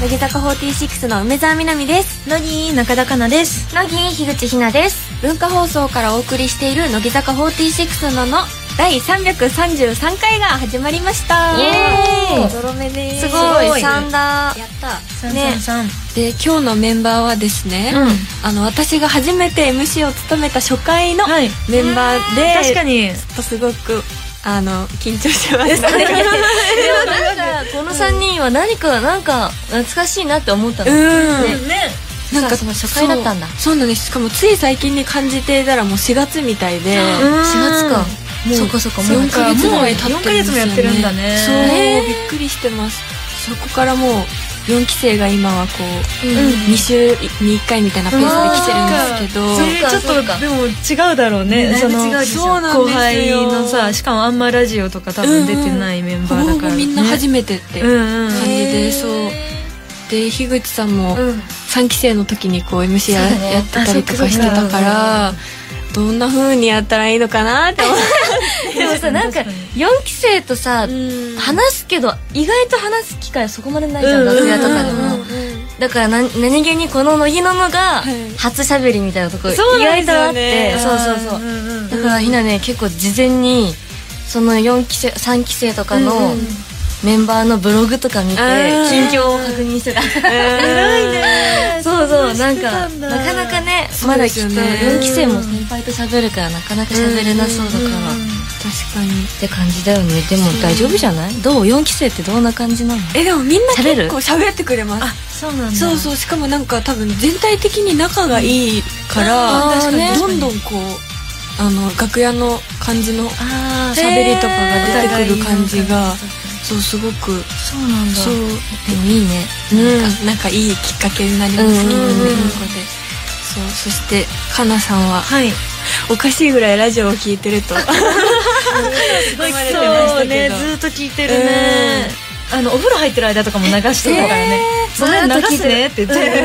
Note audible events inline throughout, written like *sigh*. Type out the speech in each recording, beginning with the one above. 乃木坂46の梅澤美波です乃木中田香奈です乃木樋口ひなです文化放送からお送りしている乃木坂46のの第333回が始まりましたイエーイゾロ目ですすごごいい3だやったね333、で今日のメンバーはですね、うんあの私が初めて MC を務めた初回のはいメンバーで、確かにちょっとすごくあの緊張しましたねなんかこの3人は何かなんか懐かしいなって思った *laughs* うの、んなんかその初回だったんだそうそうなんですしかもつい最近に感じていたらもう4月みたいで4月かもうそっかそっか4かヶ月ぐらい経もうってるんで4ヶすよ、ね、月もやってるんだねそう、へーびっくりしてますそこからもう4期生が今はこう、うん2週に1回みたいなペースで来てるんですけどそれちょっそうとかでも違うだろうねだいそぶの違うでしょそうなんですよ後輩のさしかもあんまラジオとか多分出てないメンバーだほかぼら、ね、みんな初めてってうん感うんじでそうで樋口さんもうん3期生の時にこう MC や,、そうだねやってたりとかしてたからどんな風にやったらいいのかなって思ってでもさなん確かかに4期生とさ、話すけど意外と話す機会はそこまでないじゃん楽屋とかでもだからな何気にこの乃木ののがはい初しゃべりみたいなとこ意そうなんです外とあよっねてそうそうそううんうんだからひなね結構事前にその4期生3期生とかのメンバーのブログとか見てあー近況を確認してた偉いね *laughs* そうそうなんしてたかんだなかなかねそうまだできすっよとね4期生も先輩と喋るからなかなか喋れなそうだから確かにって感じだよねでも大丈夫じゃないどう4期生ってどんな感じなのえでもみんな喋る結構喋ってくれますそうなんだそうそうしかもなんか多分全体的に仲がいいから、うんあー確かにどんどんこうあの楽屋の感じのあ喋りとかが出てくる感じが、そそうすごくうなんだそう、でもいいねうん、なんかなんかいいきっかけになりますね、うんうんうんみんなの中でそうそしてかなさんははいおかしいぐらいラジオを聞いてるとすごいまれてましたけどそうねずっと聞いてるねあのお風呂入ってる間とかも流してたからね「それ流すね」って言って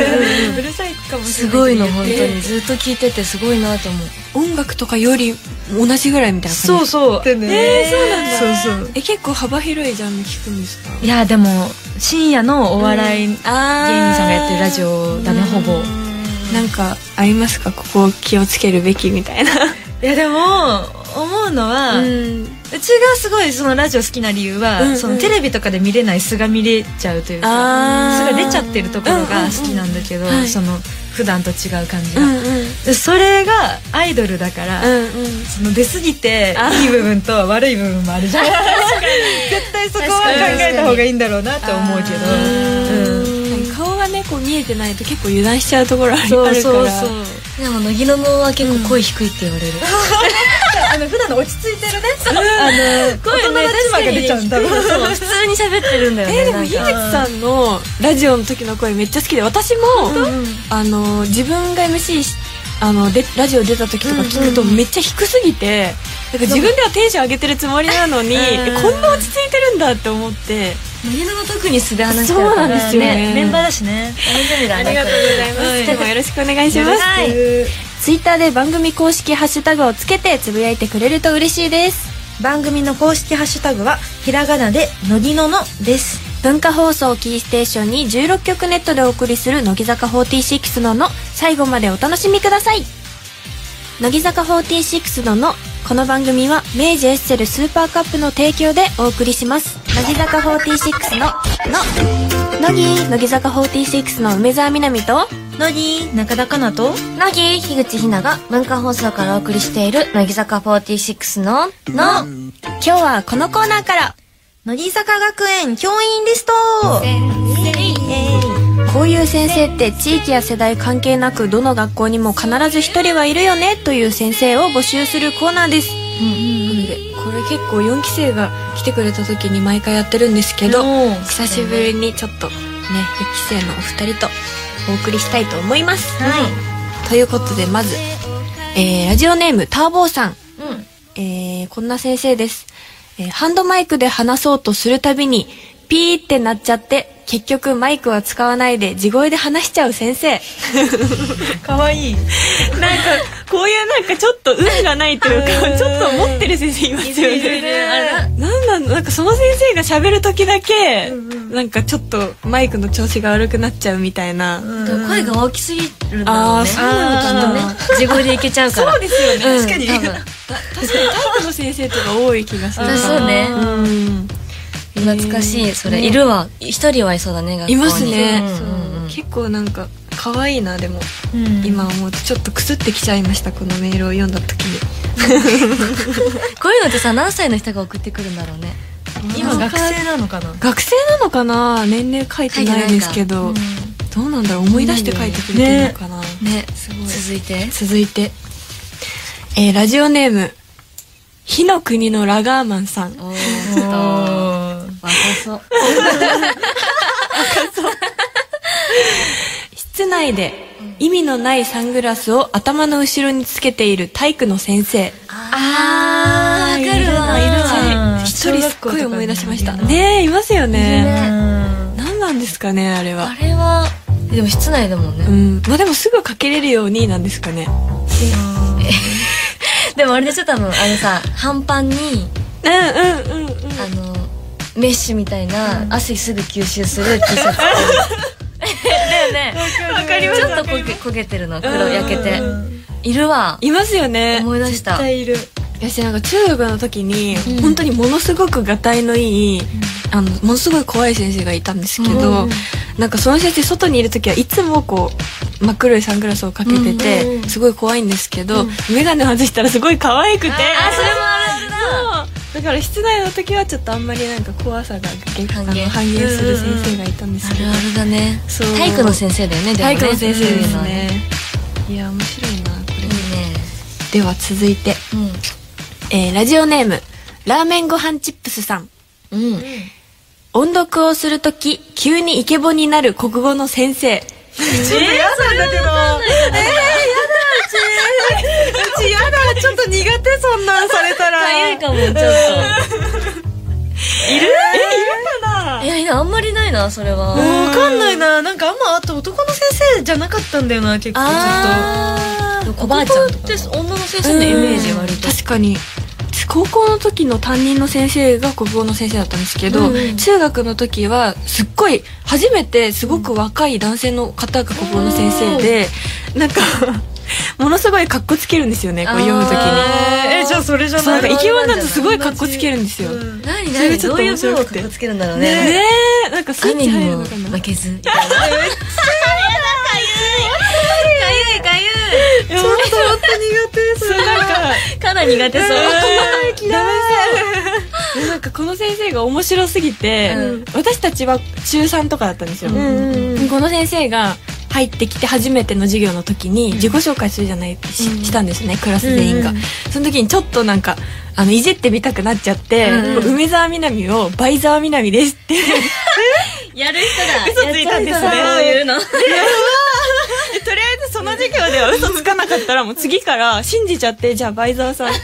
*laughs* うるさいかもしれすないごいのけど本当にずっと聞いててすごいなと思う音楽とかより同じぐらいみたいな感 *laughs* じそうそうえそうなんだそうそうえ結構幅広いジャンル聞くんですかいやでも深夜のお笑い芸人あさんがやってるラジオだねほぼなんかありますかここを気をつけるべきみたいな、いやでも思うのは、うちがすごいそのラジオ好きな理由は、うんうんそのテレビとかで見れない素が見れちゃうというか素あが出ちゃってるところが好きなんだけど、うんうんうんはいその普段と違う感じうが、んうんうんでそれがアイドルだから、うんその出過ぎてあいい部分と悪い部分もあるじゃん *laughs* 絶対そこは考えた方がいいんだろうなって思うけど、うんなんか顔がねこう見えてないと結構油断しちゃうところあるあるそかうらそうそうでも乃木の能は結構声低いって言われる、あの普段の落ち着いてるねあの声の立場が出ちゃうんだろうそう普通に喋ってるんだよねえーでもなん樋か口さんのラジオの時の声めっちゃ好きで私も、あの自分が MC しあのでラジオ出た時とか聞くとめっちゃ低すぎて、なんか自分ではテンション上げてるつもりなのに、えこんな落ち着いてるんだって思って乃木のの特に素で話してそうなんですよねメンバーだしね楽しみだねます今日もよろしくお願いします、はいツイッターで番組公式ハッシュタグをつけてつぶやいてくれると嬉しいです番組の公式ハッシュタグはひらがなで乃木ののです文化放送キーステーションに16曲ネットでお送りする乃木坂46のの最後までお楽しみください乃木坂46ののこの番組は明治エッセルスーパーカップの提供でお送りします乃木坂46のの乃木乃木坂46の梅澤美波と乃木中田香菜と乃木樋口ひなが文化放送からお送りしている乃木坂46のの今日はこのコーナーから乃木坂学園教員リストこういう先生って地域や世代関係なくどの学校にも必ず一人はいるよねという先生を募集するコーナーです。なのでこれ結構4期生が来てくれた時に毎回やってるんですけどうん久しぶりにちょっとね1期生のお二人とお送りしたいと思います。ということでまず、えーラジオネームターボーさん、えーこんな先生です、えーハンドマイクで話そうとするたびにピーってなっちゃって結局マイクは使わないで地声で話しちゃう先生かわいいなんかこういうなんかちょっと運がないというかちょっと持ってる先生いますよいるいねるあなれなんなんなんかその先生が喋る時だけ、なんかちょっとマイクの調子が悪くなっちゃうみたいな、声が大きすぎるんだろあうあねそうなのかなきっとね地声でいけちゃうからそうですよね、うん確かに多分確かにタイプの先生とか多い気がするあそうねうん懐かしいそれねいるわ一人はいそうだね学校にいますね、うんうんうん結構なんか可愛いなでも、うん今思うとちょっとくすってきちゃいましたこのメールを読んだ時にこういうのってさ何歳の人が送ってくるんだろうね今学生なのかな学生なのかな年齢書いてないですけど、うんどうなんだろう思い出して書いてくれてるのかな、ねすごい続いて続いて、えーラジオネーム火の国のラガーマンさんおーっと若そう室内で意味のないサングラスを頭の後ろにつけている体育の先生あーわかいるわるわはいうん一人すっ小学校とごかいに思い出しましたいるなねえいますよいるねね何なんですかねあれあはれはでも室内だもんねうんまあでもすぐかけれるようになんですかねでもあれでちょっとあのあのさ半パンにうんうんうんうんあのメッシュみたいな汗すぐ吸収する T シャツだよねわかりちょっとこげ焦げてるの黒焼けているわいますよね思い出した絶対いる私なんか中学の時に、うん本当にものすごくがたいのいい、あのものすごい怖い先生がいたんですけど、うんなんかその先生外にいる時はいつもこう真っ黒いサングラスをかけてて、うんうんすごい怖いんですけど、眼鏡外したらすごい可愛くてあーそれもあるんだそうだから室内の時はちょっとあんまりなんか怖さがげあ半の減半減する先生がいたんですあけど、るあるだねそう体育の先生だよねでも体ね育の先生でそういうのすはねねいや面白いなこいれ、いねでは続いて、えーラジオネームラーメンご飯チップスさんうんうん音読をするとき急にイケボになる国語の先生ちょっと嫌なんだけどええー、やだうちうちやだちょっと苦手そんなんされたらかゆいかもちょっといやいやあんまりないなそれはわかんないななんかあんまあと男の先生じゃなかったんだよな結構ずっあーおばあちゃんとかと女の先うんのイメージ割と確かに高校の時の担任の先生が国語の先生だったんですけど、うんうん中学の時はすっごい初めてすごく若い男性の方が国語の先生で、なんか *laughs* ものすごいかっこつけるんですよねこう読む時にあえーじゃあそれじゃそうなないんかイケボになるとすごい同じかっこつけるんですよ、ねうん何それが何ちょどっうとい面白くてう部分をかっこつけるんだろうえねなんかスイッ雨チに入るものかな負けずみたいなかゆいかゆちいょっと本当苦手それなんかかなり苦手そうでなんかこの先生が面白すぎて、うん私たちは中3とかだったんですよ、この先生が入ってきて初めての授業の時に自己紹介するじゃない、ししたんですねクラス全員が、うんうんその時にちょっとなんかあのいじってみたくなっちゃって、うんうん梅沢みなみを「倍沢みなみです」ってやる人だ嘘ついたんですねやっちゃう人だそういうの *laughs* とりあえずその授業では嘘つかなかったらもう次から *laughs* 信じちゃってじゃあ倍沢さんかわ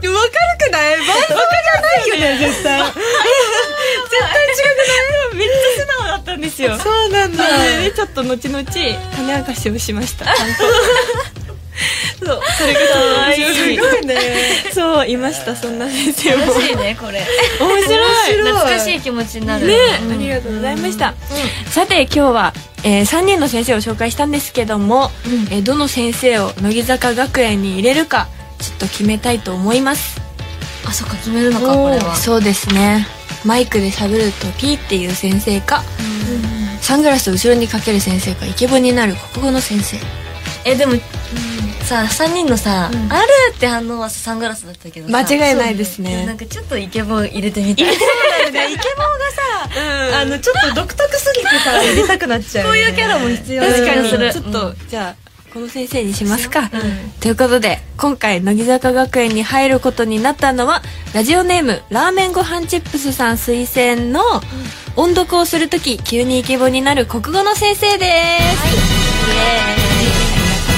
でも分かるくないバイトじゃないよね絶対 *laughs* めっちゃ素直だったんですよそうなんそれでちょっと後々種明かしをしましたそうそれが可愛すいごいね *laughs* そういましたそんな先生もい楽しいねこれ面白い面白い懐かしい気持ちになるねうんありがとうございました、さて今日は、え3人の先生を紹介したんですけども、うんえーどの先生を乃木坂学園に入れるかちょっと決めたいと思いますあそっか決めるのかこれはそうですねマイクで喋るとピーっていう先生か、サングラスを後ろにかける先生かイケボになる国語の先生えでもさ3人のさ「ある!」って反応はサングラスだったけどさ間違いないですねそうなんかちょっとイケボ入れてみたいイケボがさあのちょっと独特すぎてさ入れたくなっちゃうこういうキャラも必要な確気かがにするちょっと、じゃあこの先生にしますか、ということで今回乃木坂学園に入ることになったのはラジオネームラーメンご飯チップスさん推薦の、音読をするとき急にイケボになる国語の先生です、イエーイありがとう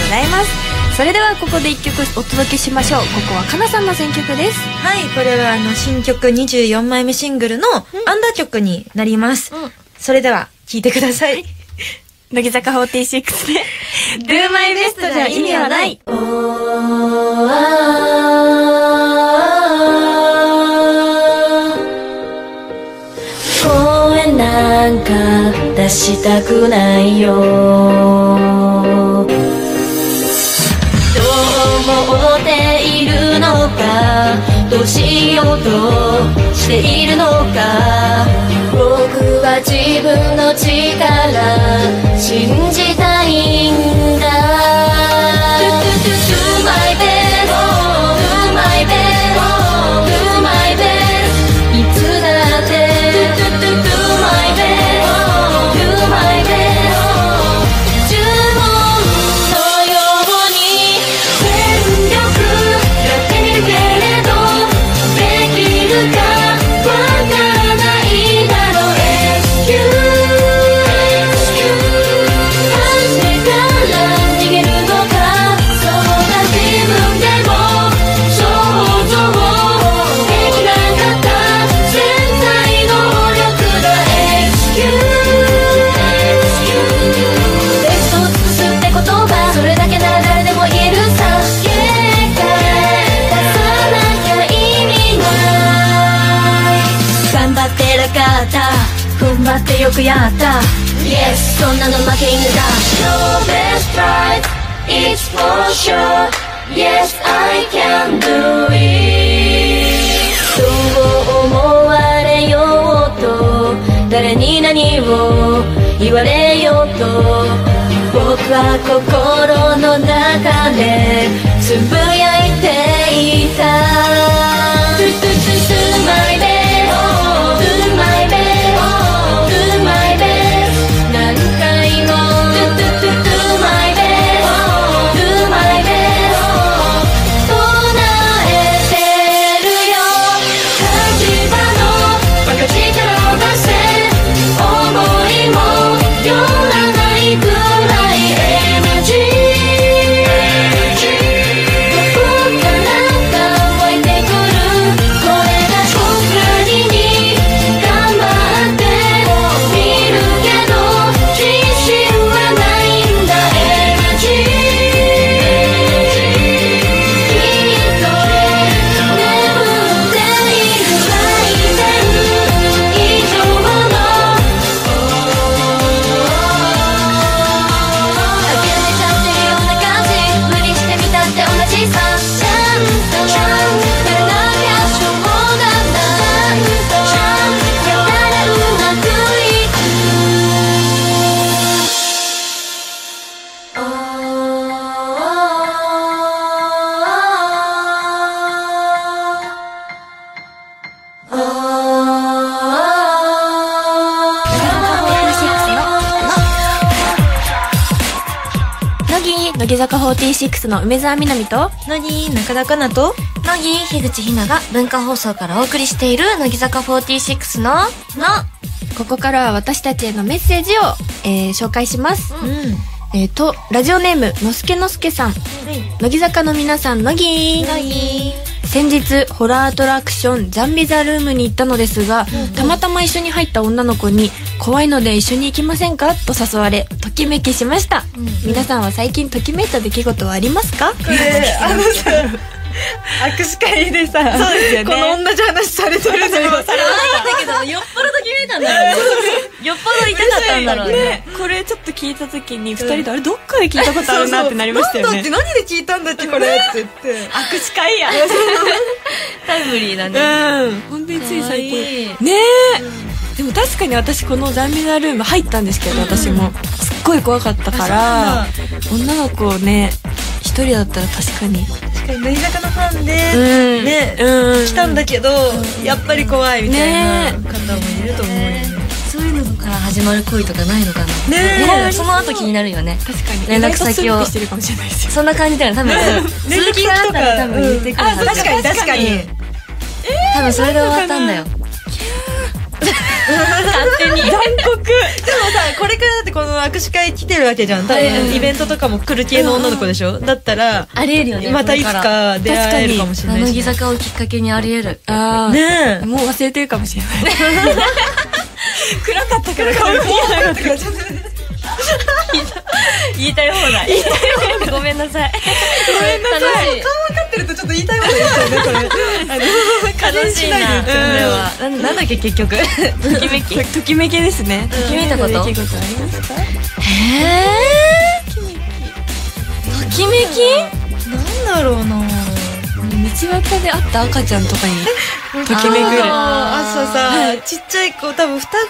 ございますそれではここで一曲お届けしましょうここはかなさんの選曲ですはいこれはあの新曲24枚目シングルのアンダー曲になりますうんそれでは聴いてください乃木坂46で Do my best じゃ意味はない。公園なんか出したくないよどう思っているのかどうしようとしているのか僕は自分の力信じたいんだ Do my best Do my best Do my best いつだって Do my best Do my best Do my best 呪文のように全力やってみるけれどできるかわからないだろう SQ SQ 初めから逃げるのかそうだ自分でも想像できなかった潜在能力が SQ SQ ベストを尽くすって言葉それだけなら誰でも言えるさ結果出さなきゃ意味ない頑張ってなかった踏ん張ってよくやった Yes そんなの負け犬だ Your best fight is for sure Yes I can do it どう思われようと誰に何を言われようと僕は心の中でつぶやいていた Do, do, do, do my best Do my best Do my best 何回も Do, do, do, do my best Do my best 唱えてるよ立場のバカ力を出せ思いもよらないくらいエナジーどこからか湧いてくるこれが僕なりに頑張って見るけど自信はないんだエナジーきっと眠っている間に以上の諦めちゃってるような感じ無理してみたって同じさちゃんとちゃんとやらなきゃしょうがないちゃんとちゃんとやらうまくいく Oh, oh, oh, oh. 乃木乃木坂46の梅澤美波と乃木中田かなと乃木樋口ひなが文化放送からお送りしている乃木坂46の「のここからは私たちへのメッセージを、えー紹介します、うんえーとラジオネームのすけのすけさん乃木坂の皆さん乃木」先日ホラーアトラクションザンビザルームに行ったのですが、たまたま一緒に入った女の子に「怖いので一緒に行きませんか?」と誘われときめきしました、うん皆さんは最近ときめいた出来事はありますかこれあのさ握手会でさそうですよ、ね、この同じ話されてるのよだけどよっぽどときめいたんだろうねよっぽど痛かったんだろうねね、これちょっと聞いた時に2人であれどっかで聞いたことあるなってなりましたよねなんだって何で聞いたんだってこれって言って握手会やタイムリーだねうん本当につい最近ねえでも確かに私このザンビナルーム入ったんですけど私もすっごい怖かったからあ女の子をね一人だったら確かに確かに乃木坂のファンで、うんね、うん来たんだけど、やっぱり怖いみたいなね方もいると思うよねそういうのから始まる恋とかないのかなねねその後気になるよね確かに連絡先を意外とスルーしてるかもしれないですよそんな感じだよね多分続きがあったら多分言ってくるはずあ確かに確かに多分それで終わったんだよでもさこれからだってこの握手会来てるわけじゃん多分、イベントとかも来る系の女の子でしょだったらありえるよねまたいつか出会えるかもしれない乃し木坂をきっかけにありえるああ、ねえもう忘れてるかもしれない暗かったから顔見えなかったから言いたい放題言いたい放題ごめんなさいごめんなさい。顔分かってるとちょっと言いたいこと言っちゃうね、これ。あの加楽減ししいないで言なっそちれゃうねはなんなんだっけ結局ときめきときめきですねときめいたことときめきありますかえーときめきなんだろうな道端で会った赤ちゃんとかに *laughs* ときめくあー朝さ、ちっちゃい子多分双子か、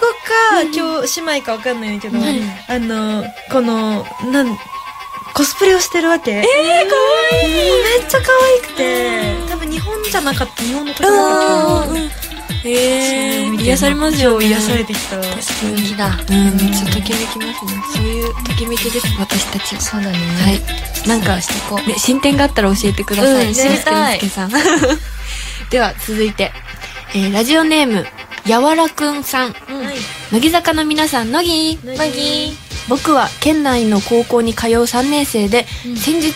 今日姉妹か分かんないけど、あのこのなんコスプレをしてるわけえー、かわいいめっちゃ可愛くて多分日本じゃなかった日本のところだと思うえ見ーて癒されますよね癒されてきた好きだうんめっちゃときめきますねそういうときめきです私たちはそうだねはいなんかしてこね進展があったら教えてください、うしんんす知りたいけさん *laughs* では続いて、えーラジオネームやわらくんさんはい乃木坂の皆さん乃木乃木僕は県内の高校に通う3年生で、先日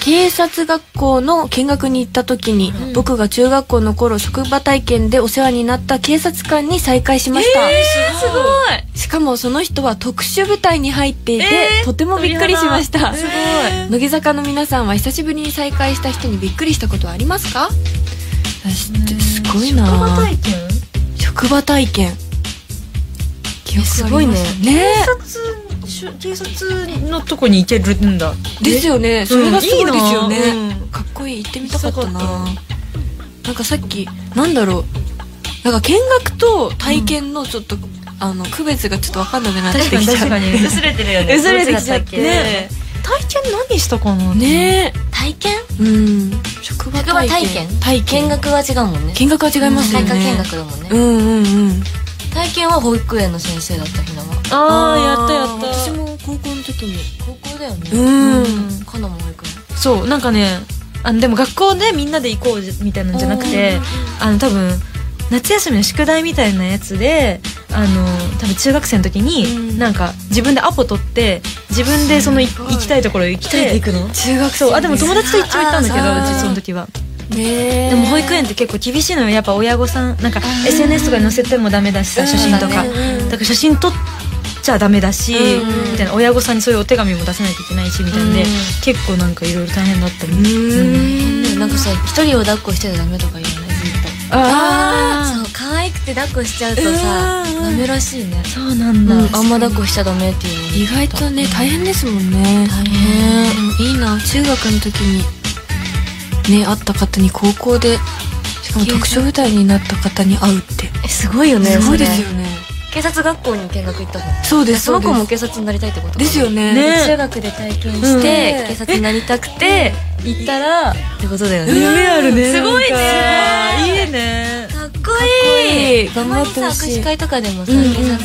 警察学校の見学に行った時に、僕が中学校の頃職場体験でお世話になった警察官に再会しました、すごいしかもその人は特殊部隊に入っていて、えーとてもびっくりしましたすごい乃木坂の皆さんは久しぶりに再会した人にびっくりしたことはありますか私ってすごいな職場体験職場体験記憶ありますすごいねね警察警察のとこに行けるんだですよねそれがすごいですよね、いいなうんかっこいい行ってみたかったな行きたかなんかさっきなんだろうなんか見学と体験のちょっと、あの区別がちょっと分かんなくなってき確ちかゃうに確 *laughs* かに薄れてるよね薄れてきちゃってどっだたね体験何したかなね体験えうん職場体験職場体験見学は違うもんね見学は違いますよ体ね験見学だもんねうんうんうん体験は保育園の先生だったひなはー私も高校の時に高校だようねん、うんかなも保育園そうなんかねあのでも学校でみんなで行こうじみたいなんじゃなくてあの多分夏休みの宿題みたいなやつであの多分中学生の時に、うんなんか自分でアポ取って自分でそのいごい行きたいところ行きたい行くの中学生そうあでも友達と一応行ったんだけどあー私その時はねえでも保育園って結構厳しいのよやっぱ親御さんなんか SNS とかに載せてもダメだしさ写真とかうんうんうんだから写真撮っちゃダメだし、うんみたいな親御さんにそういうお手紙も出さないといけないしみたいなんで、うん結構なんかいろいろ大変だったみうたいんでもなんかさ一人を抱っこしちゃダメとか言わない絶対あそう可愛くて抱っこしちゃうとさうんダメらしいねーそうなんだ、あんま抱っこしちゃダメっていう意外とね大変ですもんね大変いいな中学の時にね会った方に高校でしかも特殊部隊になった方に会うってえすごいよねすごいですそれよね警察学校に見学行ったのそうですその子そうもです警察になりたいってことかですよねね中学で体験うんして警察になりたくて行ったらってことだよね夢あるねすごいねなんかいいねかっこいかいっこいい頑張ってほしいたまにさ握手会とかでもさうんうん警察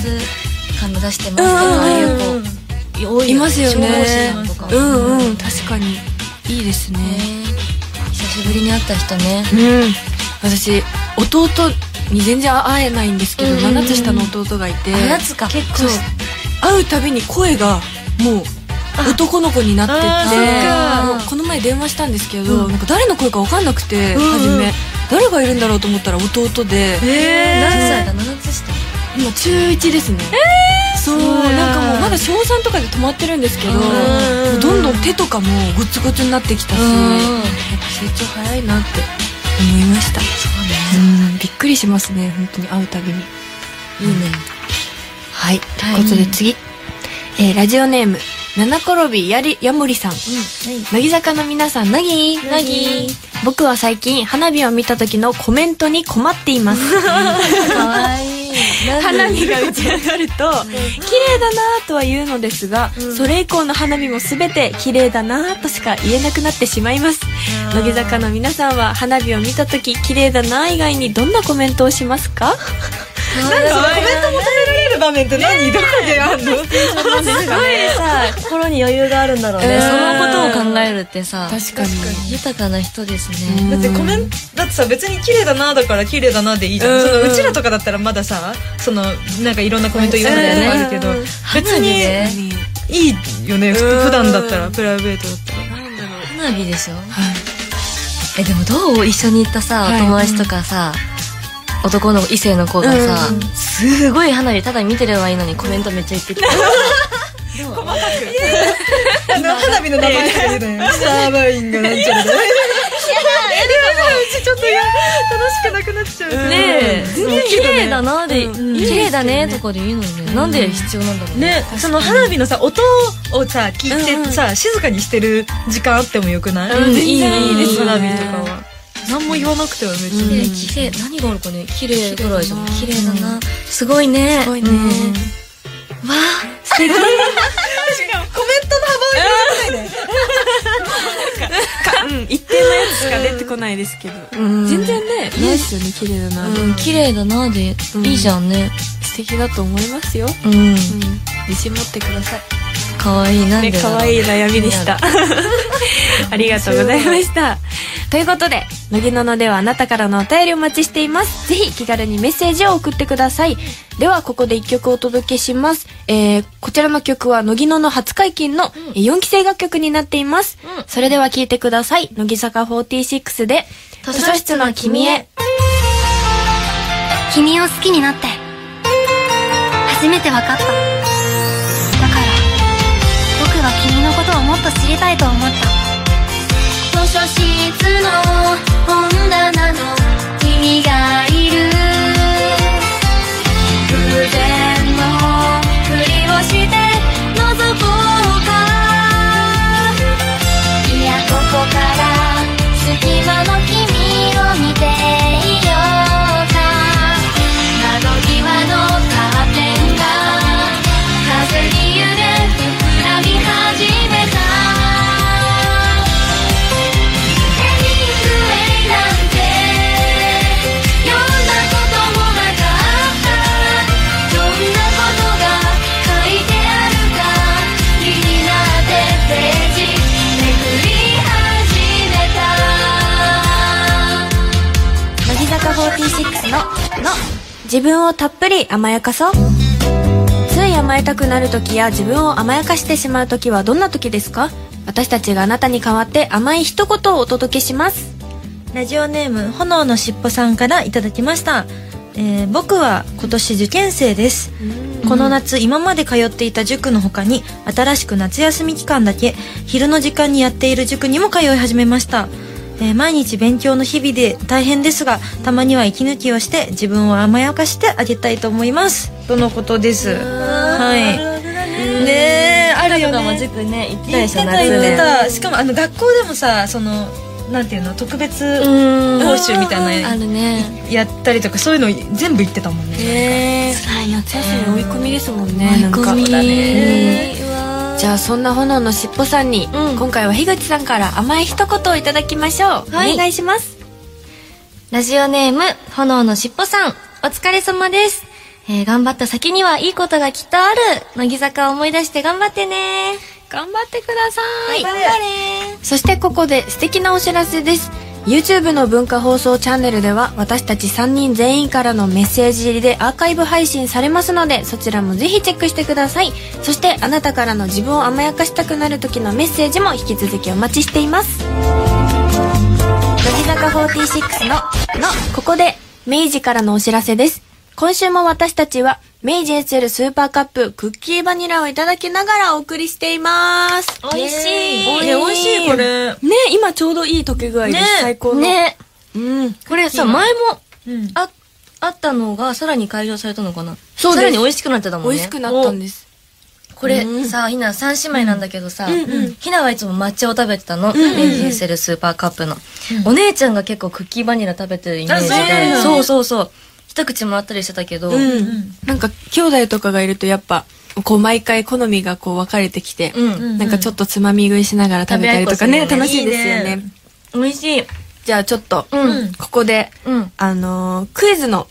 官目指してますとかああいううん子多いいますよね消防士さんとかうんうん確かにいいですねね久しぶりに会った人ねうん私弟に全然会えないんですけどうんうんうん7つ下の弟がいてあやつか結そう会うたびに声がもう男の子になってあーそってっかもうこの前電話したんですけど、なんか誰の声か分かんなくて、うんうん初め誰がいるんだろうと思ったら弟でえ何ー歳だ7つ下今中1ですねそうそうやなんかもうまだ小3とかで止まってるんですけどうんうんうんもうどんどん手とかもごつごつになってきたしやっぱ成長早いなって思いましたうんびっくりしますね本当に会うたびにいいねはい、ということで次、えーラジオネーム七転びやりやもりさん、乃木坂の皆さん乃木乃木僕は最近花火を見た時のコメントに困っていますかわいい花火が打ち上がると綺麗だなぁとは言うのですが、それ以降の花火も全て綺麗だなぁとしか言えなくなってしまいます乃木坂の皆さんは花火を見た時綺麗だなぁ以外にどんなコメントをしますかなんかコメント求められる場面って何、どこであ *laughs* んのすごいさ心に余裕があるんだろううんねそのことを考えるってさ確かに豊かな人ですうんねだってコメントだってさ別に綺麗だなだから綺麗だなでいいじゃうんんそのうちらとかだったらまださそのなんかいろんなコメント言われたりとかあるけどうん別に花火ねいいよねふうん普段だったらプライベートだったら何だろう花火でしょはいえでもどう一緒に行ったさはいお友達とかさ男の異性の子がさうんすごい花火ただ見てればいいのにコメントめっちゃ言ってきたどう細かくあの花火の名前がね、 *laughs* サーバインがなんちゃらで。やだ、やだ、うちちょっとや楽しくなくなっちゃう。ねえうん全然綺麗だなで、うん綺麗だねとかでいいのにね、なんで必要なんだろうねね、その花火のさ音をさ聞いてさ、静かにしてる時間あってもよくない、う全ん然いいいいですね花火とかは何も言わなくては別綺麗に、綺麗何があるかね綺麗ぐらいじゃん綺綺麗麗だだななすごいねすごいうんね。わあ素敵コメントの幅を広 *laughs* うん、一定のやつしか出てこないですけど。全然ねいいですよね、綺麗だな。うん綺麗だなでうんいいじゃんね素敵だと思いますよ。うんうん。自信持ってください。可愛いなんでね、だろう可愛い悩みでした。 *laughs* ありがとうございました。ということで、乃木ののではあなたからのお便りをお待ちしています。ぜひ気軽にメッセージを送ってください。では、ここで一曲お届けします。えー、こちらの曲は乃木のの初解禁のえー4期生楽曲になっています。それでは聴いてください。乃木坂46で、図書室の君へ。君を好きになって初めて分かっただから僕は君のことをもっと知りたいと思った図書室の本棚の君がいる偶然のふりをして覗こうかいやここから隙間の君を見ていようか窓際のカーテンが風に揺れて膨らみ始めたヘミングウェイなんて読んだこともなかったどんなことが書いてあるか気になってページめくり始乃めた木坂46の「の」自分をたっぷり甘やかそうつい甘えたくなる時や自分を甘やかしてしまう時はどんな時ですか私たちがあなたに代わって甘い一言をお届けしますラジオネーム炎のしっぽさんからいただきました、えー僕は今年受験生ですこの夏今まで通っていた塾の他に新しく夏休み期間だけ昼の時間にやっている塾にも通い始めました、えー毎日勉強の日々で大変ですがたまには息抜きをして自分を甘やかしてあげたいと思いますとのことですはいねえあるよとかもね絶対ね行きた言っいでしょてた夏言ってでたしかもあの学校でもさそのなんていうの特別うん報酬みたいあなるねやったりとかそういうの全部言ってたもんねへえ夏休み追い込みですもんねなんか追い込みだねうんじゃあそんな炎のしっぽさんに、うん今回は樋口さんから甘い一言をいただきましょう、はいお願いしますラジオネーム、炎のしっぽさん、お疲れ様です。えー頑張った先にはいいことがきっとある。乃木坂を思い出して頑張ってね。頑張ってください頑張れそしてここで素敵なお知らせです。YouTube の文化放送チャンネルでは私たち3人全員からのメッセージ入りでアーカイブ配信されますのでそちらもぜひチェックしてください。そしてあなたからの自分を甘やかしたくなる時のメッセージも引き続きお待ちしています。乃木坂46の、の、ここで、明治からのお知らせです。今週も私たちは、明治 SL スーパーカップクッキーバニラをいただきながらお送りしています。美味しいイエーイね美味しいこれね今ちょうどいい溶け具合です。ね最高の。ねうん。これさ、前も、うんあ、あったのが、さらに改良されたのかなそうですさらに美味しくなってたもん美味ね。しくなったんです。おこれさ、ひな三姉妹なんだけどさ、うんひなはいつも抹茶を食べてたの。明治エッセルスーパーカップの。お姉ちゃんが結構クッキーバニラ食べてるイメージあそうなんで。だそうそうそう。一口もらったりしてたけど、うん。んなんか、兄弟とかがいるとやっぱ、こう毎回好みがこう分かれてきて、うんなんかちょっとつまみ食いしながら食べたりとかね、食べ合楽いっこしいですよいいね。ね美味しい。じゃあちょっと、うんここで、うん。あのークイズの、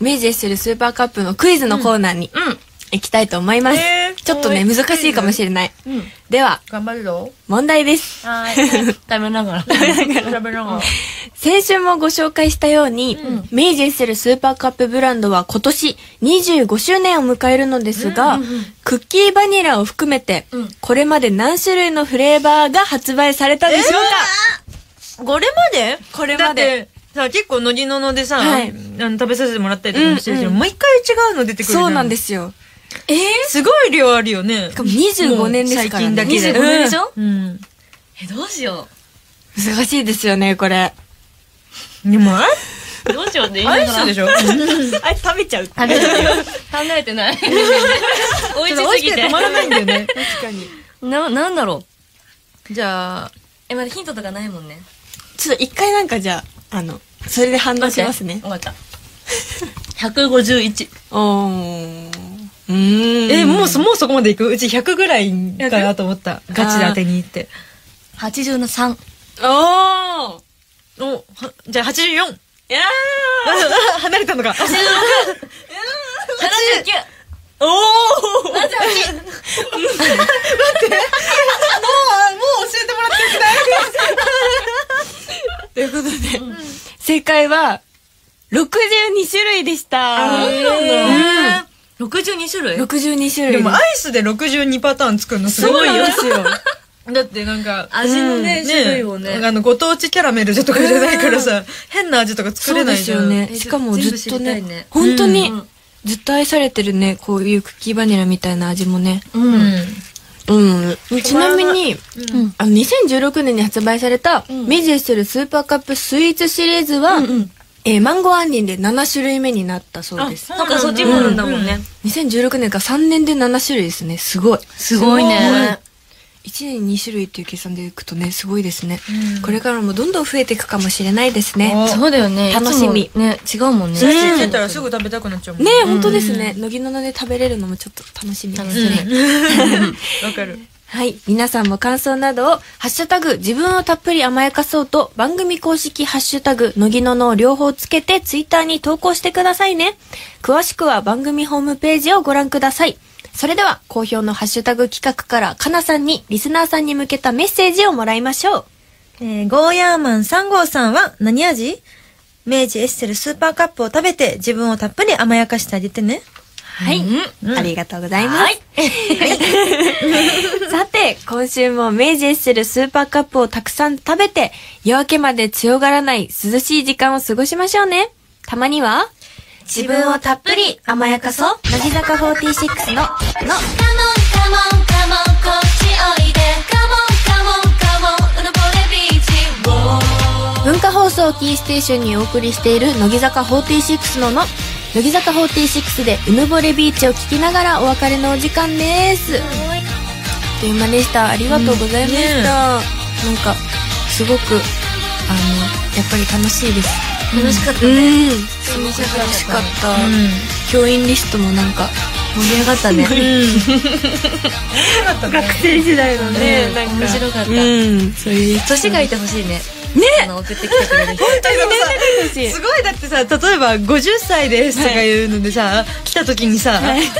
明治エッセルスーパーカップのクイズのコーナーにうん。行きたいと思います。えーちょっとね、もう一難しいかもしれない。うん。では、頑張るぞ問題です。はい食べながら。食べながら先週もご紹介したように、明治エッセルスーパーカップブランドは今年25周年を迎えるのですが、クッキーバニラを含めて、うんこれまで何種類のフレーバーが発売されたでしょうか、これまでこ *laughs* れだまっで。てさ結構乃木ののでさ、はいあの食べさせてもらったりとかもしてるけど、うんうん毎回違うの出てくるじゃそうなんですよ。えー、すごい量あるよね。しかも25年ですから最近ねだけで。 25年でしょうん。え、どうしよ難しいですよね、これ。うんでも、あう。どうしようって言いアなイがスら。でしょあ、食べちゃう。食べてるよ考えてない。美美味味しすぎしくてて止。まらないんだよね。確かに。な、なんだろう。じゃあ、え、まだヒントとかないもんね。ちょっと一回なんかじゃあ、あの、それで反応しますね。終わ *laughs* った。151。おー。うーん。え、もうそ、もうそこまでいくうち100ぐらいかなと思った。ガチで当てに行って。 80の3。おー。お、はじゃあ 84! いやあ離れたのか。 89! ー。おー。 *laughs* ということで、正解は、62種類でした。あそうなんだ。 62種類62種類でです。もアイスで62パターン作るのすそうごいなんよで。すよ。だってなんか、味のね、種類をね。あの、ご当地キャラメルじゃとかじゃないからさ、変な味とか作それうなでいじすゃん。よね。えしかも全部ずっと知りたいねね、本当にうんずっと愛されてるね、こういうクッキーバニラみたいな味もね。う。うんうん。ちなみに、ん。あの、2016年に発売された、うんメジェスルスーパーカップスイーツシリーズは、うん。えーマンゴー杏仁で7種類目になったそうです。なんかそっちもあるんだもんね。 2016年から3年で7種類ですね。すごい。すごいね。 1年に2種類っていう計算でいくとね、すごいですね。これからもどんどん増えていくかもしれないですね。おそうだよね。楽しみいつもね、違うもんね。写真出たらすぐ食べたくなっちゃうもんねえ、本当ですね。乃木のので食べれるのもちょっと楽しみで楽すしね。み。わかる。はい。皆さんも感想などを、ハッシュタグ、自分をたっぷり甘やかそうと、番組公式ハッシュタグ、のぎののを両方つけて、ツイッターに投稿してくださいね。詳しくは番組ホームページをご覧ください。それでは、好評のハッシュタグ企画から、かなさんに、リスナーさんに向けたメッセージをもらいましょう。えーゴーヤーマン3号さんは何味明治エッセルスーパーカップを食べて自分をたっぷり甘やかしてあげてね。はい。うんありがとうございます。 *laughs* さて、今週も明治エッセルスーパーカップをたくさん食べて、夜明けまで強がらない涼しい時間を過ごしましょうね。たまには、自分をたっぷり甘やかそう乃木坂46の、の、カモンカモンカモンこっちおいでカモンカモンカモンうぬぼれビーチ文化放送をキーステーションにお送りしている乃木坂46のの、乃木坂46でうぬぼれビーチを聞きながらお別れのお時間です。あっという間でした。ありがとうございうました。んねえなんか、すごく、あの、やっぱり楽しいです。楽しかったうね。ん、すごく楽しかった。教員リストもなんか、盛り上がったね。 *laughs* 学生時代のねなんか面白かったうん、そういう。年がいてほしいね。ね送ってきてくれる人。すごいだってさ例えば50歳ですとか言うのでさ、来た時にさ、なんなんか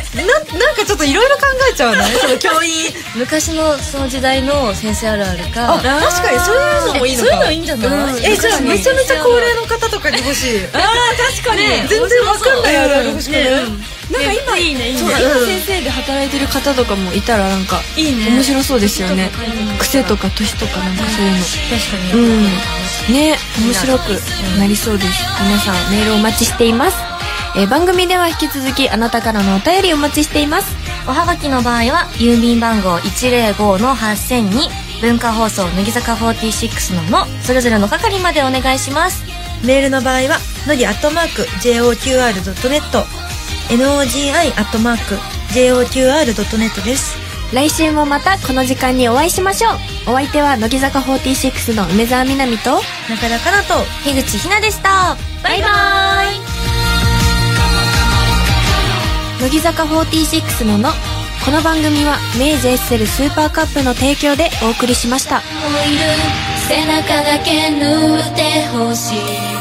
ちょっといろいろ考えちゃうねその教員昔のその時代の先生あるあるか。あ確かにそういうのもいいのえそういうかのいいんじゃない、えじゃあめちゃめちゃ高齢の方とかに欲しいあ確かに全然わかんないあるある欲しくない、なんか今、いいね、いいね。先生で働いてる方とかもいたらなんか、いいね面白そうですよね年とか書いてる。癖とか年とかなんかそういうの。確かうに、ん。ね、面白くなりそうです。皆さんメールお待ちしています。えー番組では引き続きあなたからのお便りお待ちしています。おはがきの場合は郵便番号105の8000に文化放送乃木坂46ののそれぞれの係までお願いしますメールの場合はのぎアットマーク JOQR.net NOGI アットマーク JOQR.net です来週もまたこの時間にお会いしましょうお相手は乃木坂46の梅澤美波と中田かなと樋口ひなでしたバイバイ乃木坂46ののこの番組は明治エッセルスーパーカップの提供でお送りしましたもういる背中だけ塗ってほしい